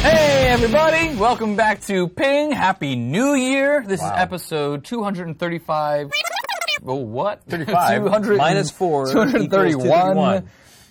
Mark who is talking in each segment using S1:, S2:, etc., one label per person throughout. S1: Hey, everybody! Welcome back to Ping. Happy New Year! This
S2: Wow.
S1: is episode 235. Oh, what?
S2: 35 minus four equals
S1: 231.
S2: 231.
S1: Uh,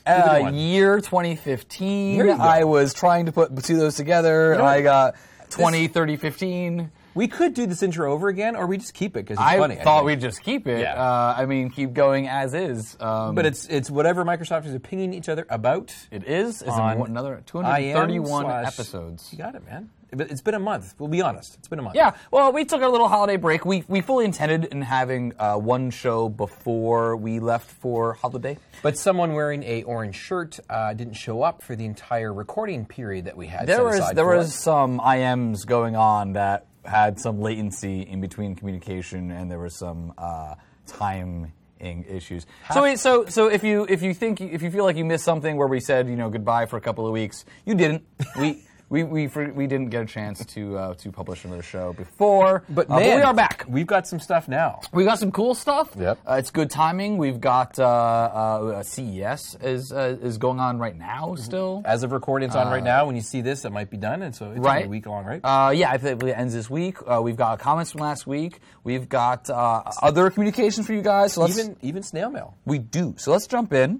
S2: 231.
S1: year 2015.
S2: There you go.
S1: I was trying to put the two of those together, and
S2: know,
S1: I got 20, 30, 15.
S2: We could do this intro over again, or we just keep it because it's
S1: I
S2: funny.
S1: thought
S2: think.
S1: we'd just keep it.
S2: Yeah.
S1: Uh, I mean, keep going as is. Um,
S2: But it's it's whatever Microsoft is opinioning each other about.
S1: it is. It's
S2: on
S1: another
S2: IM
S1: 231
S2: slash-
S1: episodes.
S2: You got it, man. But it's been a month. We'll be honest. It's been a month.
S1: Yeah, well, we took our little holiday break. We we fully intended in having uh, one show before we left for holiday.
S2: But someone wearing a orange shirt uh, didn't show up for the entire recording period that we had.
S1: There
S2: set
S1: was
S2: aside
S1: there
S2: for
S1: was
S2: it.
S1: some IMs going on that had some latency in between communication, and there was some uh, time issues. So we, so so if you if you think if you feel like you missed something where we said you know goodbye for a couple of weeks, you didn't. We. We, we, for, we didn't get a chance to uh, to publish another show before,
S2: But
S1: uh,
S2: man,
S1: we are back.
S2: We've got some stuff now.
S1: We got some cool stuff.
S2: Yep.
S1: Uh, it's good timing. We've got uh, uh, CES is uh, is going on right now
S2: Mm-hmm.
S1: still.
S2: As of recording, it's on right now. When you see this, it might be done, and so it's only
S1: Uh, Right.
S2: a week long, right?
S1: Uh, yeah, I think it ends this week. Uh, we've got comments from last week. We've got uh, other communications for you guys. So let's
S2: even even snail mail.
S1: we do. So let's jump in.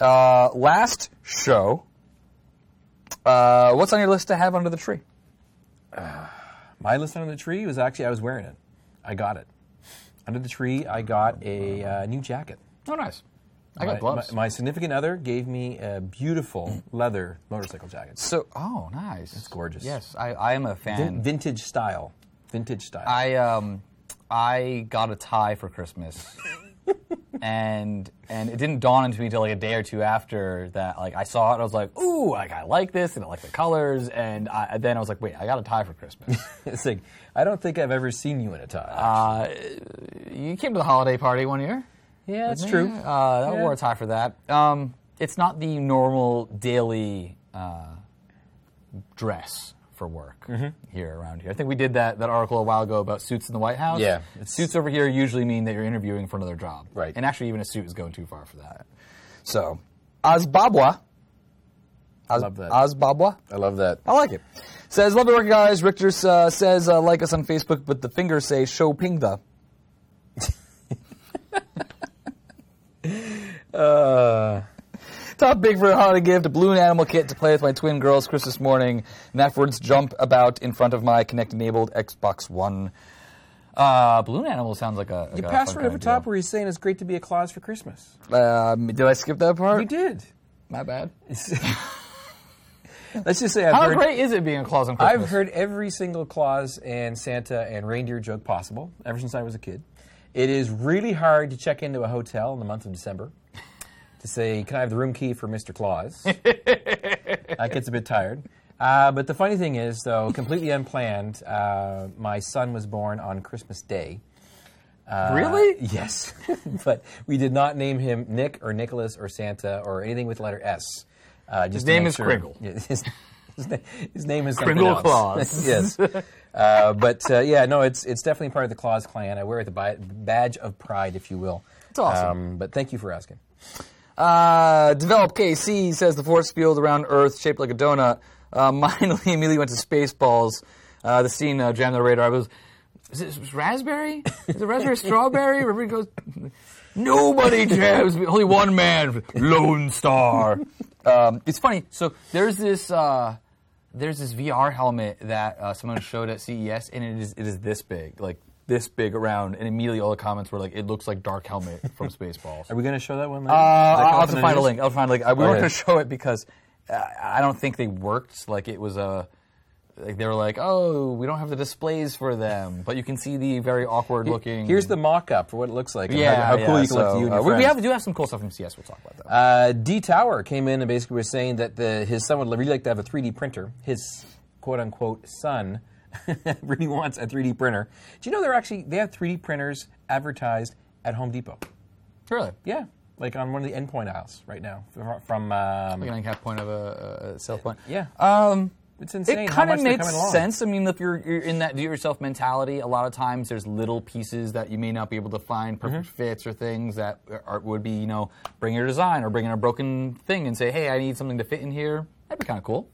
S1: Uh, last show. Uh, what's on your list to have under the tree?
S2: My list under the tree was actually I was wearing it. I got it. Under the tree, I got a uh, new jacket.
S1: Oh, nice. I got
S2: my,
S1: gloves.
S2: My, my significant other gave me a beautiful leather motorcycle jacket.
S1: so, oh, nice. It's
S2: gorgeous.
S1: Yes, I, I am a fan.
S2: Vin- vintage style. Vintage style.
S1: I um, I got a tie for Christmas, and and it didn't dawn into me until like a day or two after that. Like I saw it, and I was like, ooh, like I like this, and I like the colors, and I, and then I was like, wait, I got a tie for Christmas.
S2: it's like, I don't think I've ever seen you in a tie.
S1: uh, you came to the holiday party one year.
S2: yeah, that's
S1: Yeah,
S2: true.
S1: Uh, I
S2: Yeah.
S1: wore a tie for that. Um, it's not the normal daily uh, dress for work
S2: Mm-hmm.
S1: here around here. I think we did that, that article a while ago about suits in the White House.
S2: Yeah, it's-
S1: Suits over here usually mean that you're interviewing for another job.
S2: Right.
S1: And actually, even a suit is going too far for that. So, Azbabwa. Az-
S2: Love that.
S1: Azbabwa.
S2: I love that.
S1: I like it. Says, love the work, guys. Richter uh, says, uh, like us on Facebook, but the fingers say, show pingda.
S2: Uh,
S1: Top big for a holiday gift, a balloon animal kit to play with my twin girls Christmas morning, and afterwards jump about in front of my Kinect-enabled Xbox One. Uh, balloon animal sounds like a.
S2: you
S1: like a
S2: passed
S1: fun
S2: right over
S1: kind of
S2: top where he's saying it's great to be a Claus for Christmas.
S1: deal. Um, did I skip that part?
S2: You did.
S1: My bad.
S2: Let's just say I've
S1: How
S2: heard,
S1: great is it being a Claus on Christmas?
S2: I've heard every single Claus and Santa and reindeer joke possible ever since I was a kid. It is really hard to check into a hotel in the month of December to say, "Can I have the room key for Mr. Claus?" that gets a bit tired. Uh, but the funny thing is, though, completely unplanned, uh, my son was born on Christmas Day. Uh,
S1: Really?
S2: Yes. but we did not name him Nick or Nicholas or Santa or anything with the letter S. Uh, just to
S1: name
S2: make
S1: is
S2: sure-
S1: Kringle.
S2: Yeah, his, his, na- his name is something
S1: Kringle
S2: else.
S1: Claus.
S2: yes. Uh, but uh, yeah, no, it's it's definitely part of the Claus clan. I wear it the bi- badge of pride, if you will. It's
S1: awesome.
S2: Um, but thank you for asking.
S1: Uh, Develop KC says the force field around Earth shaped like a donut. Uh, mine immediately went to Spaceballs. Uh, the scene uh, jammed the radar. I was, is it raspberry? Is it raspberry strawberry? Everybody goes, nobody jams. me. Only one man, Lone Star. um, it's funny. So there's this. Uh, there's this VR helmet that uh, someone showed at CES, and it is it is this big, like this big around, and immediately all the comments were like, "It looks like Dark Helmet from Spaceballs."
S2: Are we going to show that one later?
S1: Uh,
S2: Is that
S1: I'll have
S2: coming
S1: to
S2: in
S1: find a
S2: this?
S1: link. I'll find a link. I, we weren't
S2: Okay.
S1: going to show it because uh, I don't think they worked. Like it was a, like they were like, oh, we don't have the displays for them, but you can see the very awkward looking.
S2: Here's the mock-up for what it looks like. and
S1: yeah,
S2: how, how cool
S1: yeah,
S2: you can look
S1: so,
S2: to you and
S1: uh,
S2: your
S1: we, we
S2: friends.
S1: have, do have some cool stuff from CS. We'll talk about that.
S2: Uh, D Tower came in and basically was saying that the, his son would really like to have a 3D printer. His quote unquote son really wants a 3D printer. Do you know they're actually they have 3D printers advertised at Home Depot?
S1: really,
S2: Yeah, like on one of the endpoint aisles right now from. um,
S1: like an end cap point of a, a- a sell point.
S2: Yeah.
S1: Um,
S2: It's insane.
S1: It
S2: how
S1: kind
S2: much
S1: of
S2: they're
S1: makes
S2: coming along.
S1: sense. I mean, if you're, you're in that do-it-yourself mentality, a lot of times there's little pieces that you may not be able to find
S2: Mm-hmm.
S1: perfect fits or things that are, would be, you know, bring your design or bring in a broken thing and say, hey, I need something to fit in here. That'd be kind of cool.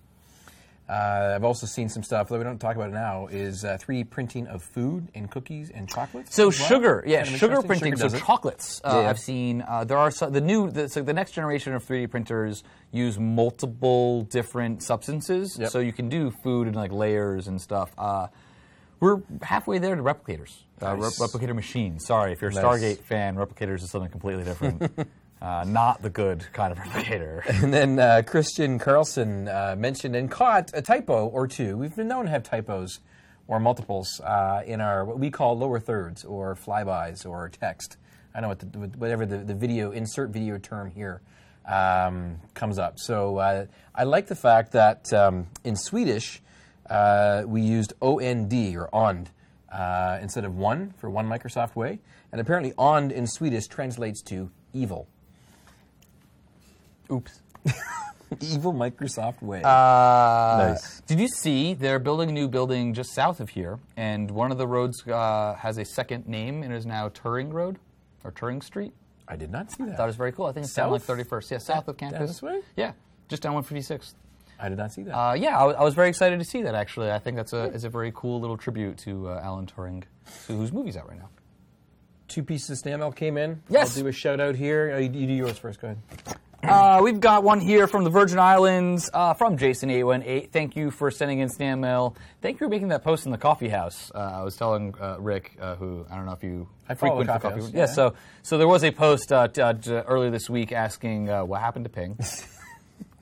S2: Uh, I've also seen some stuff that we don't talk about now is uh, 3D printing of food and cookies and chocolates.
S1: So
S2: as well.
S1: sugar, yeah,
S2: Kind of
S1: sugar
S2: interesting.
S1: printing.
S2: does
S1: so
S2: it.
S1: chocolates, uh,
S2: Yeah.
S1: I've seen. Uh, there are so, the new, the, so the next generation of 3D printers use multiple different substances,
S2: Yep.
S1: so you can do food and like layers and stuff. Uh, we're halfway there to replicators, uh, re-
S2: Nice.
S1: replicator machines. Sorry, if you're a
S2: Nice.
S1: Stargate fan, replicators is something completely different. uh, not the good kind of replicator.
S2: And then uh, Christian Carlson uh, mentioned and caught a typo or two. We've been known to have typos or multiples uh, in our what we call lower thirds or flybys or text. I know what the, whatever the, the video insert video term here um, comes up. So uh, I like the fact that um, in Swedish uh, we used ond or ond uh, instead of one for one Microsoft way, and apparently ond in Swedish translates to evil.
S1: Oops.
S2: Evil Microsoft way.
S1: Uh,
S2: Nice.
S1: Did you see they're building a new building just south of here, and one of the roads uh, has a second name and is now Turing Road or Turing Street?
S2: I did not see that.
S1: That was very cool. I think it's down like
S2: South?
S1: 31st. Yeah, south of
S2: down
S1: campus.
S2: this way?
S1: Yeah, just down 156th.
S2: I did not see that.
S1: Uh, yeah, I, wa- I was very excited to see that actually. I think that's a, is a very cool little tribute to uh, Alan Turing, who- whose movie's out right now.
S2: Two pieces of snail mail came in.
S1: Yes.
S2: I'll do a shout out here. Oh, you, you do yours first. Go ahead.
S1: Uh, we've got one here from the Virgin Islands uh, from Jason818. Thank you for sending in snail mail. Thank you for making that post in the coffee house. Uh, I was telling uh, Rick, uh, who I don't know if you
S2: I follow
S1: frequent the
S2: the coffee
S1: coffee.
S2: house,
S1: Yeah,
S2: yeah.
S1: so so there was a post uh, t- uh, j- earlier this week asking uh, what happened to Ping.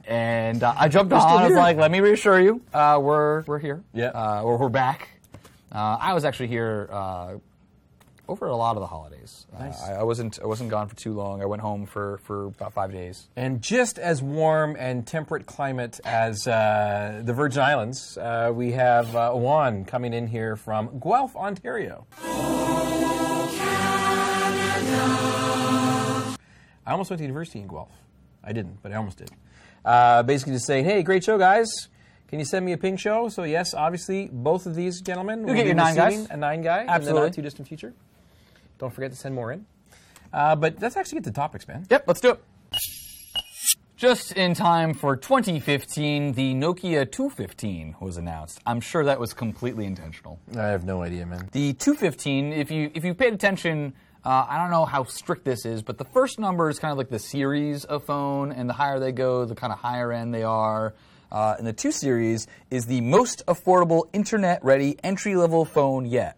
S1: And uh, I jumped
S2: still
S1: on. I was
S2: here.
S1: like, "Let me reassure you, uh, we're we're here,
S2: Yeah.
S1: uh, or we're back." Uh, I was actually here uh, over a lot of the holidays.
S2: Nice.
S1: Uh, I, I wasn't I wasn't gone for too long. I went home for, for about five days.
S2: And just as warm and temperate climate as uh, the Virgin Islands, uh, we have uh, Juan coming in here from Guelph, Ontario. I almost went to university in Guelph. I didn't, but I almost did. Uh, basically, just saying, hey, great show, guys. Can you send me a ping show? So, yes, obviously, both of these gentlemen will
S1: get
S2: be
S1: your nine guys.
S2: receiving a nine guy in the
S1: Absolutely.
S2: not too distant future. Don't forget to send more in. Uh, but let's actually get to topics, man.
S1: Yep, let's do it. Just in time for 2015, the Nokia 215 was announced. I'm sure that was completely intentional.
S2: I have no idea, man.
S1: The 215, if you if you paid attention, uh, I don't know how strict this is, but the first number is kind of like the series of phone, and the higher they go, the kind of higher end they are. Uh, and the 2 series is the most affordable internet ready entry level phone yet.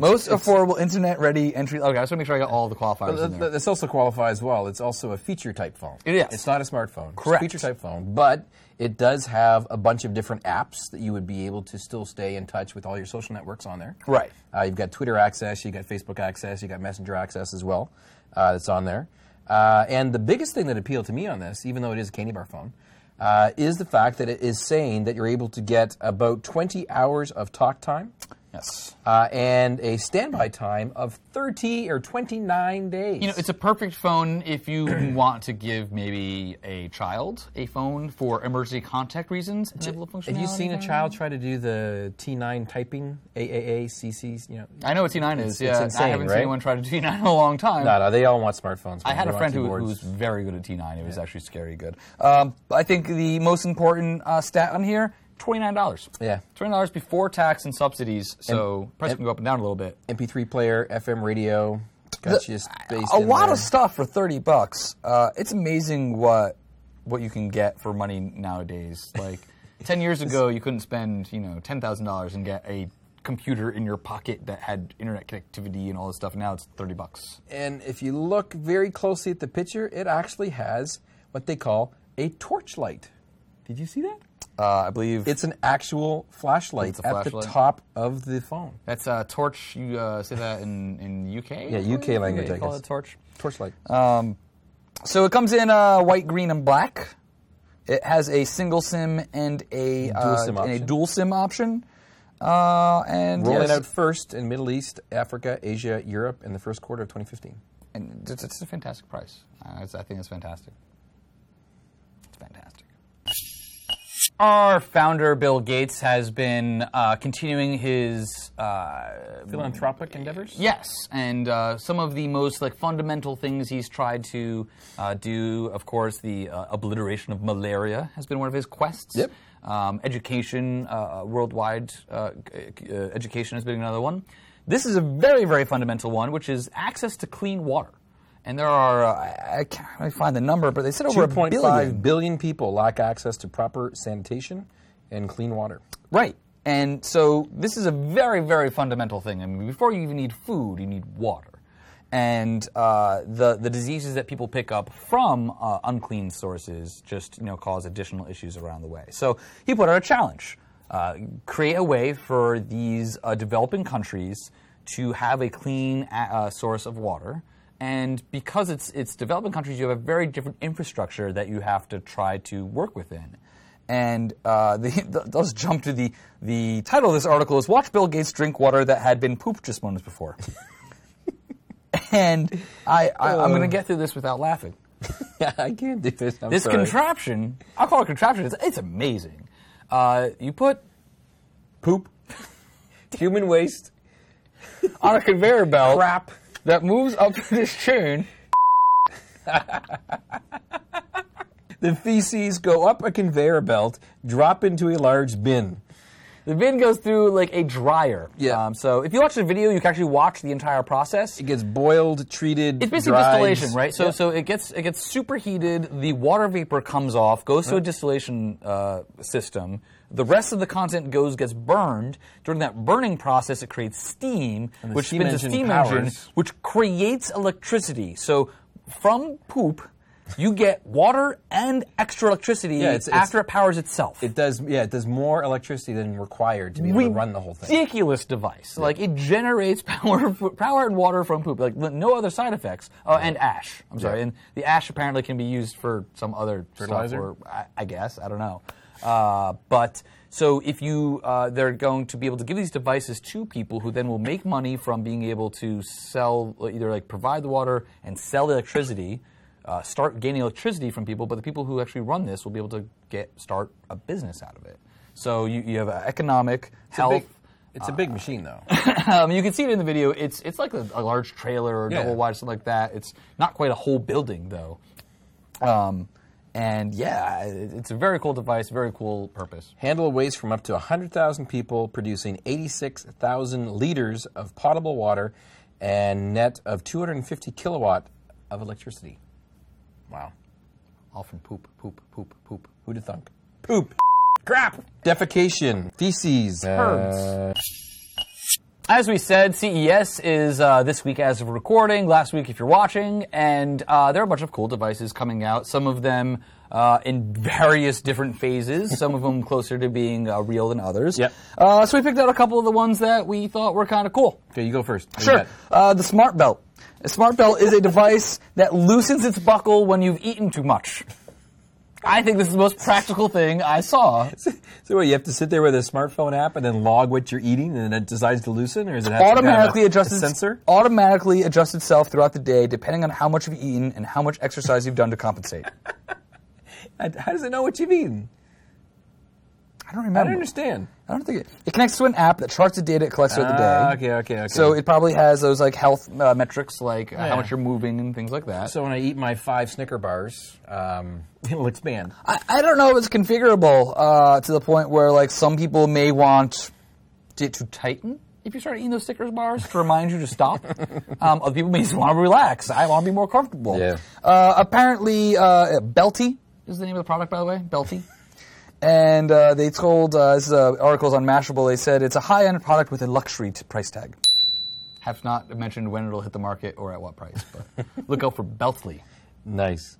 S1: most affordable internet ready entry. Okay, I just want to make sure I got all the qualifiers in there.
S2: Th- This also qualifies well. It's also a feature type phone.
S1: It is.
S2: It's not a smartphone.
S1: Correct.
S2: It's a feature type phone, but it does have a bunch of different apps that you would be able to still stay in touch with all your social networks on there.
S1: Right.
S2: Uh, you've got Twitter access, you've got Facebook access, you've got Messenger access as well uh, that's on there. Uh, and the biggest thing that appealed to me on this, even though it is a candy bar phone, uh, is the fact that it is saying that you're able to get about 20 hours of talk time
S1: yes.
S2: uh, and a standby time of 30 or 29 days.
S1: You know, it's a perfect phone if you want to give maybe a child a phone for emergency contact reasons. and level of
S2: Have you
S1: functionality
S2: seen a
S1: there.
S2: child try to do the T9 typing? AAA, CCs, you know?
S1: I know what T9 is. Yeah,
S2: it's insane,
S1: I haven't
S2: right?
S1: seen anyone try to do T9 in a long time.
S2: No, no, they all want smartphones.
S1: I had a friend who, who was very good at T9. It was actually scary good. Um, I think the most important uh, stat on here: twenty nine dollars.
S2: Yeah.
S1: twenty dollars before tax and subsidies. So price
S2: and-
S1: can go up and down a little bit.
S2: MP3 player, FM radio, got
S1: The-
S2: you spaced
S1: a
S2: in
S1: lot
S2: there.
S1: of stuff for 30 bucks uh, it's amazing what what you can get for money nowadays like 10 years ago you couldn't spend you know $10000 and get a computer in your pocket that had internet connectivity and all this stuff now it's 30 bucks
S2: And if you look very closely at the picture, it actually has what they call a torchlight. Did you see that?
S1: uh, i believe
S2: It's an actual flashlight
S1: It's a
S2: at the
S1: flashlight.
S2: top of the phone.
S1: that's uh, torch you uh, say that in, in uk yeah
S2: UK language, I
S1: call
S2: guess.
S1: it torch
S2: Torchlight.
S1: Um, so it comes in uh, white green and black it has a single sim and a dual
S2: sim
S1: and a
S2: option.
S1: dual sim option uh, and
S2: Rolling
S1: yes,
S2: out first in Middle East, Africa, Asia, Europe in the first quarter of 2015.
S1: and it's, it's a fantastic price. Uh, it's, I think it's fantastic. It's fantastic. Our founder, Bill Gates, has been uh, continuing his uh,
S2: Philanthropic endeavors?
S1: Yes, and uh, some of the most like fundamental things he's tried to uh, do, of course, the uh, obliteration of malaria has been one of his quests.
S2: Yep.
S1: Um, education, uh, worldwide uh, c- c- uh, education has been another one. This is a very, very fundamental one, which is access to clean water. And there are, uh, I- I can't really find the number, but they said over a
S2: 2.5
S1: billion.
S2: billion. people lack access to proper sanitation and clean water.
S1: Right. And so this is a very, very fundamental thing. I mean, before you even need food, you need water. And uh, the, the diseases that people pick up from uh, unclean sources just you know, cause additional issues around the way. So he put out a challenge uh, create a way for these uh, developing countries to have a clean uh, uh, source of water. And because it's, it's developing countries, you have a very different infrastructure that you have to try to work within. And uh, the, the, I'll just jump to the, the title of this article is Watch Bill Gates Drink Water That Had Been Pooped Just Moments Before. and I, I, I'm going to get through this without laughing.
S2: Yeah, I can't do this. I'm
S1: This
S2: sorry.
S1: contraption, I'll call it contraption, it's, it's amazing. Uh, you put
S2: poop, human waste,
S1: on a conveyor belt
S2: crap.
S1: that moves up this chain.
S2: The feces go up a conveyor belt, drop into a large bin.
S1: The bin goes through like a dryer. Um,
S2: Yeah.
S1: so if you watch the video, you can actually watch the entire process.
S2: It gets boiled, treated.
S1: It's basically
S2: dried.
S1: distillation, right? So so it gets it gets superheated. The water vapor comes off, goes to a distillation uh, system. The rest of the content goes gets burned. During that burning process, it creates steam,
S2: the
S1: which
S2: steam
S1: spins a
S2: engine
S1: steam
S2: powers.
S1: engine, which creates electricity. So from poop, you get water and extra electricity
S2: Yeah, it's- it's-
S1: after it powers itself.
S2: It does, yeah, it does more electricity than required to be able to run the whole thing.
S1: ridiculous device. Like it generates power, power and water from poop. Like no other side effects. Oh, and ash. I'm sorry.
S2: Yeah.
S1: And the ash apparently can be used for some other
S2: Fertilizer?
S1: Stuff or I, I guess I don't know. Uh, but so if you, uh, they're going to be able to give these devices to people who then will make money from being able to sell either like provide the water and sell the electricity. Uh, start gaining electricity from people, but the people who actually run this will be able to get start a business out of it. So you, you have uh, economic,
S2: It's a
S1: health,
S2: big, it's a big machine, though.
S1: um, you can see it in the video. It's it's like a, a large trailer or
S2: Yeah.
S1: double wide, something like that. It's not quite a whole building though. Um, and yeah, it, it's a very cool device, very cool purpose.
S2: Handle waste from up to 100,000 people, producing 86,000 liters of potable water and net of 250 kilowatt of electricity. Wow.
S1: All from poop, poop, poop, poop.
S2: Who'd have thunk? Poop. Crap. Defecation. Feces.
S1: Herbs.
S2: uh,
S1: As we said, CES is uh, this week as of recording, last week if you're watching, and uh, there are a bunch of cool devices coming out, some of them uh, in various different phases, some of them closer to being uh, real than others.
S2: Yep.
S1: Uh, so we picked out a couple of the ones that we thought were kind of cool.
S2: okay, you go first. What do you
S1: Sure.
S2: got?
S1: Uh, the smart belt. A smart belt is a device that loosens its buckle when you've eaten too much. I think this is the most practical thing I saw.
S2: So what, you have to sit there with a smartphone app and then log what you're eating, and then it decides to loosen, or is it have some kind of
S1: Automatically
S2: a-
S1: adjusts
S2: a
S1: its-
S2: sensor?
S1: Automatically adjusts itself throughout the day, depending on how much you've eaten and how much exercise you've done to compensate.
S2: And How does it know what you've eaten?
S1: I don't
S2: I
S1: remember.
S2: don't understand.
S1: I don't think it. It connects to an app that charts the data it collects throughout
S2: Ah,
S1: the day.
S2: okay, okay, okay.
S1: So it probably has those like health uh, metrics, like uh,
S2: Yeah.
S1: how much you're moving and things like that.
S2: So when I eat my five Snicker bars, um, it'll expand.
S1: I, I don't know if it's configurable uh, to the point where like some people may want it to tighten if you start eating those Snickers bars to remind you to stop. um, other people may just want to relax. I want to be more comfortable.
S2: Yeah.
S1: Uh, apparently, uh, Belty is the name of the product, by the way. Belty. And uh, they told uh, this is, uh, articles on Mashable. They said it's a high-end product with a luxury t- price tag. Have not mentioned when it'll hit the market or at what price, but look out for Beltly.
S2: Nice.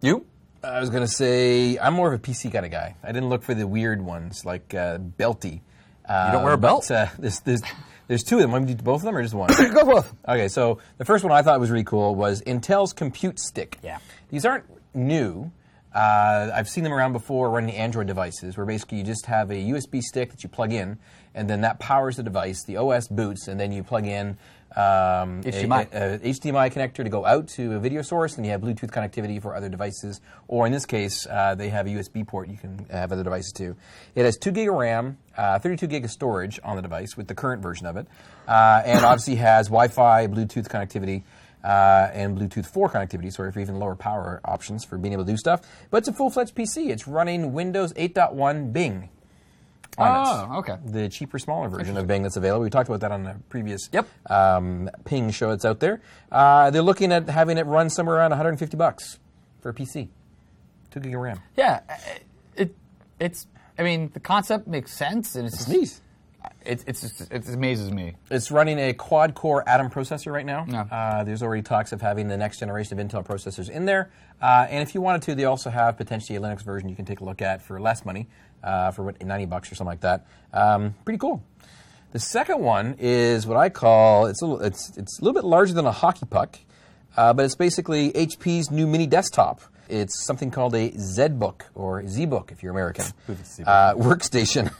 S1: You?
S2: I was gonna say I'm more of a PC kind of guy. I didn't look for the weird ones like uh, belty. Uh,
S1: don't wear a belt?
S2: but, uh, there's, there's, there's two of them. Want me to do both of them or just one?
S1: Go forth.
S2: Okay, so the first one I thought was really cool was Intel's Compute Stick.
S1: Yeah.
S2: These aren't new. Uh, I've seen them around before running Android devices, where basically you just have a USB stick that you plug in, and then that powers the device. The OS boots, and then you plug in um, a-
S1: HDMI.
S2: a- a HDMI connector to go out to a video source, and you have Bluetooth connectivity for other devices. Or in this case, uh, they have a USB port you can have other devices too. It has 2 gig of RAM, uh, 32 gig of storage on the device with the current version of it, uh, and obviously has Wi Fi, Bluetooth connectivity. Uh, and Bluetooth 4 connectivity, sorry, for even lower power options for being able to do stuff. But it's a full fledged PC. It's running Windows 8.1 Bing on
S1: Oh,
S2: it.
S1: okay.
S2: The cheaper, smaller version of Bing that's available. We talked about that on a previous
S1: Yep.
S2: um, Ping show that's out there. Uh, they're looking at having it run somewhere around 150 bucks for a PC, two gig of RAM.
S1: Yeah, uh, it it's. I mean, the concept makes sense, and it's just,
S2: Nice.
S1: it's it's just, it amazes me.
S2: It's running a quad core Atom processor right now.
S1: Yeah.
S2: Uh, there's already talks of having the next generation of Intel processors in there. Uh, and if you wanted to, they also have potentially a Linux version you can take a look at for less money, uh, for what, 90 bucks or something like that. Um, pretty cool. The second one is what I call it's a little, it's, it's a little bit larger than a hockey puck, uh, but it's basically HP's new mini desktop. It's something called a ZBook or ZBook if you're American uh, workstation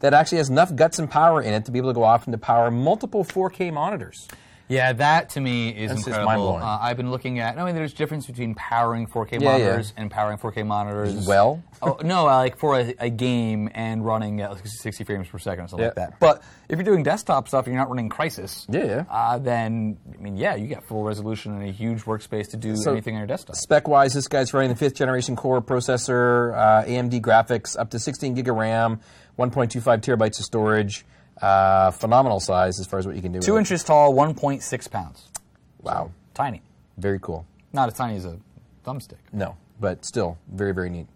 S2: that actually has enough guts and power in it to be able to go off and to power multiple 4K monitors.
S1: Yeah, that to me is
S2: This is
S1: incredible.
S2: mind-blowing.
S1: uh, I've been looking at. I mean, there's difference between powering 4K
S2: Yeah, yeah.
S1: monitors and powering 4K monitors.
S2: Well.
S1: oh, no, uh, like for a, a game and running at like 60 frames per second or something like
S2: Yeah.
S1: that. But if you're doing desktop stuff and you're not running Crisis,
S2: Yeah, yeah.
S1: Uh, then I mean, yeah, you get full resolution and a huge workspace to do
S2: So-
S1: anything on your desktop.
S2: Spec wise, this guy's running the fifth generation core processor, uh, AMD graphics, up to 16 gig of RAM, 1.25 terabytes of storage. Uh, phenomenal size as far as what you can do. with
S1: Two
S2: it.
S1: inches tall, 1.6 pounds,
S2: Wow.
S1: tiny.
S2: Very cool.
S1: Not as tiny as a thumbstick.
S2: No, but still very, very neat.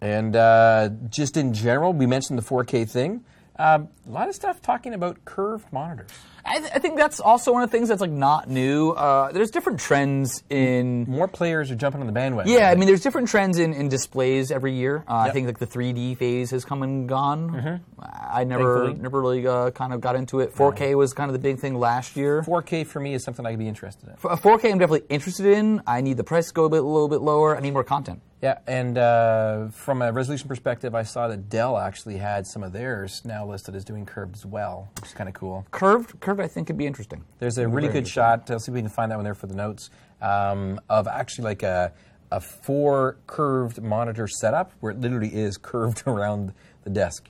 S2: And uh, just in general, we mentioned the 4K thing. Um, a lot of stuff talking about curved monitors.
S1: I, th- I think that's also one of the things that's like not new. Uh, there's different trends in.
S2: More players are jumping on the bandwagon.
S1: Yeah, I mean, there's different trends in, in displays every year. Uh, I
S2: Yep. Mm-hmm.
S1: think like the 3D phase has come and gone. I never
S2: Thankfully.
S1: never really uh, kind of got into it. 4K was kind of the big thing last year.
S2: 4K for me is something I'd be interested in.
S1: F- 4K, I'm definitely interested in. I need the price to go a, bit, a little bit lower. I need more content.
S2: Yeah, and uh, from a resolution perspective, I saw that Dell actually had some of theirs now listed as doing curved as well, which is kind of cool.
S1: Curved, curved, I think could be interesting.
S2: There's a really good shot. I'll see if we can find that one there for the notes um, of actually like a a four curved monitor setup where it literally is curved around the desk.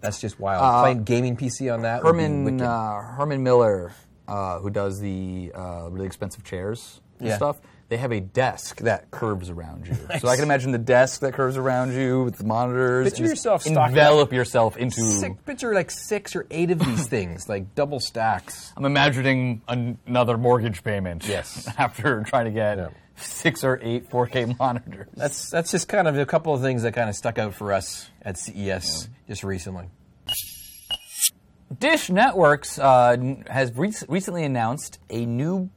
S2: That's just wild. Playing gaming PC on that. would be
S1: Herman
S2: wicked.
S1: uh, Herman Miller, uh, who does the uh, really expensive chairs and
S2: Yeah.
S1: stuff, they have a desk that curves around you. So I can imagine the desk that curves around you with the monitors.
S2: Picture
S1: and just
S2: yourself stocking
S1: envelop yourself into.
S2: Sick picture like six or eight of these things, like double stacks.
S1: I'm imagining an- another mortgage payment.
S2: Yes.
S1: after trying to get
S2: Yeah.
S1: six or eight 4K monitors.
S2: That's that's just kind of a couple of things that kind of stuck out for us at CES just recently.
S1: Dish Networks uh, n- has re- recently announced a new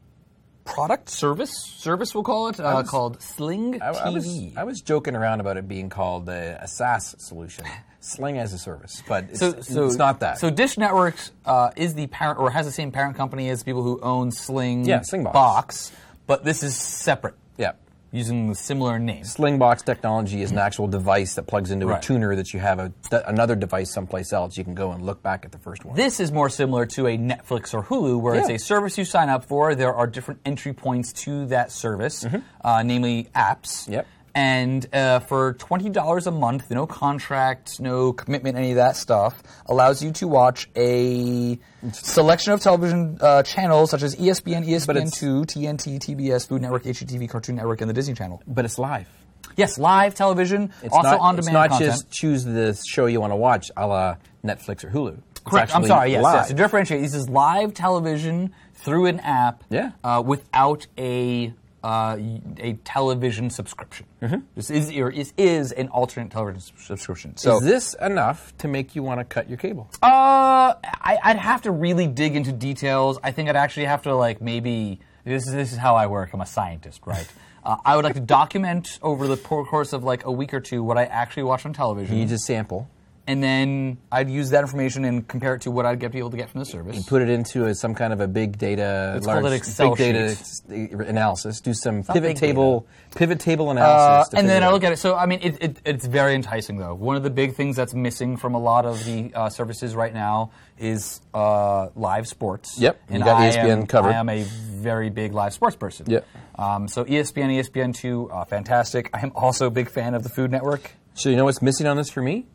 S1: product service service we'll call it uh, called Sling
S2: I, I
S1: TV.
S2: was I was joking around about it being called a, a SaaS solution, Sling as a service, but it's, it's not that.
S1: So Dish Networks uh, is the parent or has the same parent company as people who own Sling,
S2: Yeah, Sling Box.
S1: but this is separate
S2: yeah.
S1: using the similar name.
S2: Slingbox technology is an actual device that plugs into
S1: Right.
S2: a tuner that you have a, th- another device someplace else. You can go and look back at the first one.
S1: This is more similar to a Netflix or Hulu, where it's
S2: Yeah.
S1: a service you sign up for. There are different entry points to that service, uh, namely apps.
S2: Mm-hmm. Yep.
S1: And uh, for twenty dollars a month, no contract, no commitment, any of that stuff, allows you to watch a selection of television uh, channels such as ESPN, ESPN two, TNT, TBS, Food Network, HGTV, Cartoon Network, and the Disney Channel.
S2: but it's live.
S1: Yes, live television,
S2: It's
S1: also
S2: not,
S1: on
S2: It's
S1: demand
S2: not
S1: content.
S2: just choose the show you want to watch, a la Netflix or Hulu. It's
S1: Correct. I'm
S2: actually
S1: sorry. Yes,
S2: live.
S1: yes. To differentiate, this is live television through an app.
S2: Yeah.
S1: Uh, without a uh, y- a television subscription.
S2: Mm-hmm.
S1: This is or is, is an alternate television s- subscription. So.
S2: Is this enough to make you want to cut your cable?
S1: Uh, I, I'd have to really dig into details. I think I'd actually have to like maybe this is this is how I work. I'm a scientist, right? uh, I would like to document over the por- course of like a week or two what I actually watch on television.
S2: You just sample.
S1: and then I'd use that information and compare it to what I'd get be able to get from the service.
S2: put it into a, some kind of a big data,
S1: Let's
S2: large
S1: call it Excel
S2: big data
S1: sheet.
S2: s- analysis. Do some
S1: not
S2: pivot
S1: big data.
S2: table, pivot table
S1: Uh,
S2: analysis. to
S1: and then
S2: figure
S1: I
S2: out-
S1: look at it. So I mean, it, it, it's very enticing though. One of the big things that's missing from a lot of the uh, services right now is uh, live sports.
S2: Yep, you
S1: and
S2: got E
S1: I
S2: ESPN
S1: am,
S2: covered.
S1: I am a very big live sports person.
S2: Yep.
S1: Um, so ESPN, ESPN two, uh, fantastic. I am also a big fan of the Food Network.
S2: So you know what's missing on this for me?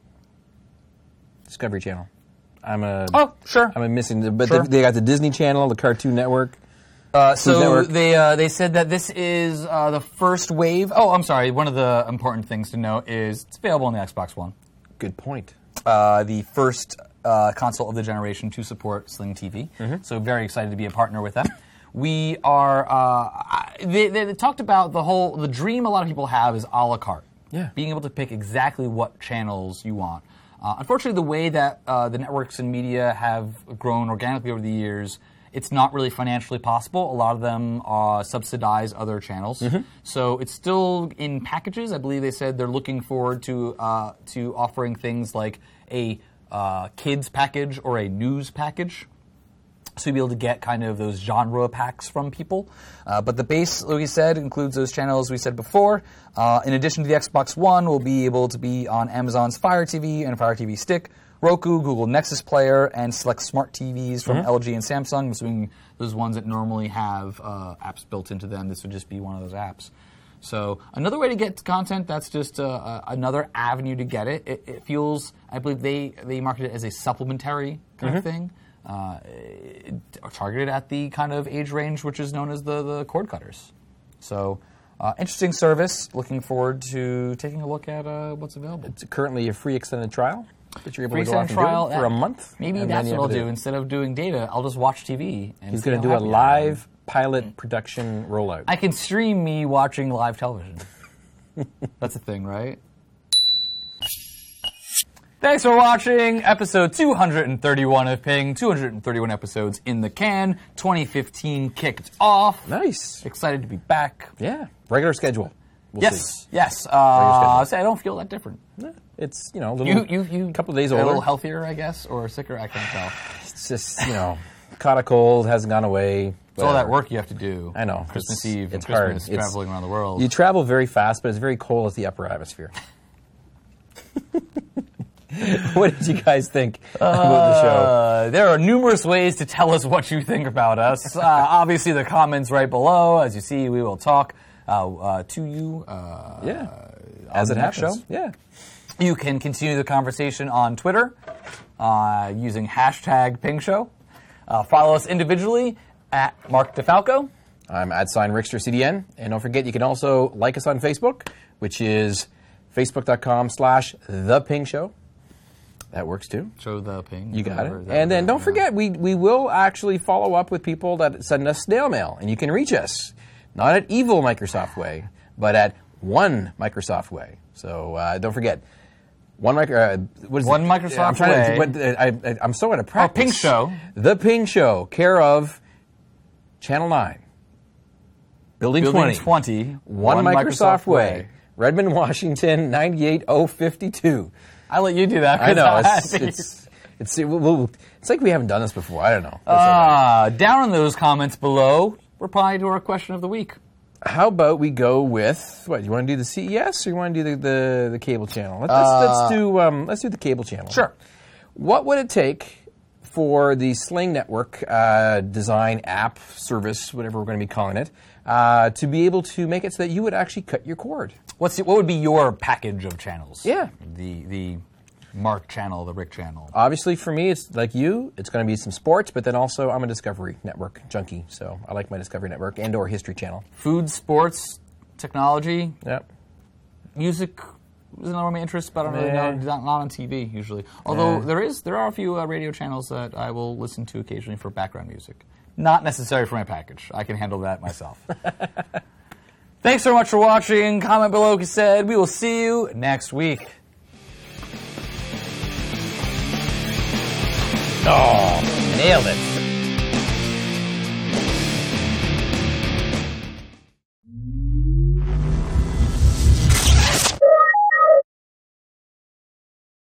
S2: Discovery Channel. I'm a.
S1: Oh, sure.
S2: I'm a missing, but
S1: Sure.
S2: they, they got the Disney Channel, the Cartoon Network.
S1: Uh, so
S2: Network.
S1: they uh, they said that this is uh, the first wave. Oh, I'm sorry. One of the important things to note is it's available on the Xbox One.
S2: Good point.
S1: uh, the first uh, console of the generation to support Sling TV. So very excited to be a partner with them. We are. Uh, I- they, they, they talked about the whole the dream a lot of people have is a la carte.
S2: Yeah.
S1: Being able to pick exactly what channels you want. Uh, unfortunately, the way that uh, the networks and media have grown organically over the years, it's not really financially possible. A lot of them uh, subsidize other channels, so it's still in packages. I believe they said they're looking forward to uh, to offering things like a uh, kids package or a news package so you'll be able to get kind of those genre packs from people. Uh, but the base, like we said, includes those channels we said before. Uh, in addition to the Xbox One, we'll be able to be on Amazon's Fire TV and Fire TV Stick, Roku, Google Nexus Player, and select smart TVs from LG and Samsung. I'm assuming those ones that normally have uh, apps built into them, this would just be one of those apps. So another way to get content that's just uh, uh, another avenue to get it. it. It feels, I believe they they market it as a supplementary kind of thing, uh, it- it- targeted at the kind of age range which is known as the the cord cutters. So uh, interesting service. Looking forward to taking a look at uh, what's available.
S2: It's currently a free extended trial that you're able
S1: Free
S2: to go off
S1: extended
S2: and do
S1: trial
S2: it for
S1: yeah.
S2: a month.
S1: Maybe
S2: and then
S1: that's
S2: you
S1: what
S2: have
S1: I'll
S2: to
S1: do instead of doing data. I'll just watch TV. And
S2: He's
S1: see
S2: going
S1: how
S2: to do a
S1: happy I am.
S2: live pilot production rollout.
S1: Mm. I can stream me watching live television. That's a thing, right? Thanks for watching episode 231 of Ping. 231 episodes in the can. 2015 kicked off.
S2: nice.
S1: Excited to be back.
S2: Yeah. Regular schedule. We'll
S1: yes,
S2: see.
S1: yes.
S2: your
S1: Uh,
S2: schedule.
S1: see, I don't feel that different.
S2: It's you know a little
S1: You, you, you.
S2: couple days
S1: a
S2: older.
S1: little healthier, I guess, or sicker. I can't tell.
S2: It's just you know caught a cold, hasn't gone away.
S1: It's all that
S2: whatever.
S1: work you have to do.
S2: I know.
S1: Christmas
S2: It's-
S1: Eve.
S2: it's
S1: and
S2: hard.
S1: Christmas,
S2: It's-
S1: traveling around the world.
S2: You travel very fast, but it's very cold at the upper atmosphere. what did you guys think about the show?
S1: Uh, there are numerous ways to tell us what you think about us. Uh, obviously, the comments right below. As you see, we will talk uh, uh, to you. Uh,
S2: yeah, as
S1: on
S2: it
S1: the next
S2: happens.
S1: show?
S2: Yeah,
S1: You can continue the conversation on Twitter uh, using hashtag PingShow. Uh, follow us individually at Mark DeFalco.
S2: I'm at sign Rickster CDN, and don't forget you can also like us on Facebook, which is facebook.com/slash the Ping Show. That works too.
S1: Show the ping.
S2: You got it. And then don't forget, we, we will actually follow up with people that send us snail mail, and you can reach us not at evil Microsoft way, but at one Microsoft way. So uh, don't forget one micro. Uh, what is
S1: One
S2: it?
S1: Microsoft
S2: I'm trying
S1: Way. Oh,
S2: To, what, uh, I, I, I'm so out of practice.
S1: Ping Show.
S2: The Ping Show, care of Channel Nine, Building,
S1: Building 20.
S2: One, Microsoft, way. Redmond, Washington, 98052.
S1: I let you do that.
S2: I
S1: 'cause
S2: know.
S1: I'm
S2: It's,
S1: happy.
S2: it's, it's, it- we'll- we'll- it's like we haven't done this before. I don't know. It's okay.
S1: Ah, down in those comments below, reply to our question of the week.
S2: How about we go with what? You want to do the CES or you want to do the, the, the cable channel? Let- Let's, let's do um, let's do the cable channel.
S1: Uh, Sure.
S2: What would it take for the Sling Network uh, design app service, whatever we're going to be calling it, uh, to be able to make it so that you would actually cut your cord?
S1: What's the, what would be your package of channels?
S2: Yeah.
S1: The the Mark channel, the Rick channel.
S2: Obviously, for me, it's like you. It's going to be some sports, but then also I'm a Discovery Network junkie, so I like my Discovery Network and/or History Channel.
S1: Food, sports, technology,
S2: Yep.
S1: music is another one of my interests, but I don't really
S2: Yeah.
S1: know. Not, not on TV usually. Although
S2: Yeah.
S1: there is there are a few uh, radio channels that I will listen to occasionally for background music. Not necessary for my package. I can handle that myself. Thanks so much for watching. Comment below, like I said. We will see you next week.
S2: Oh, nailed it.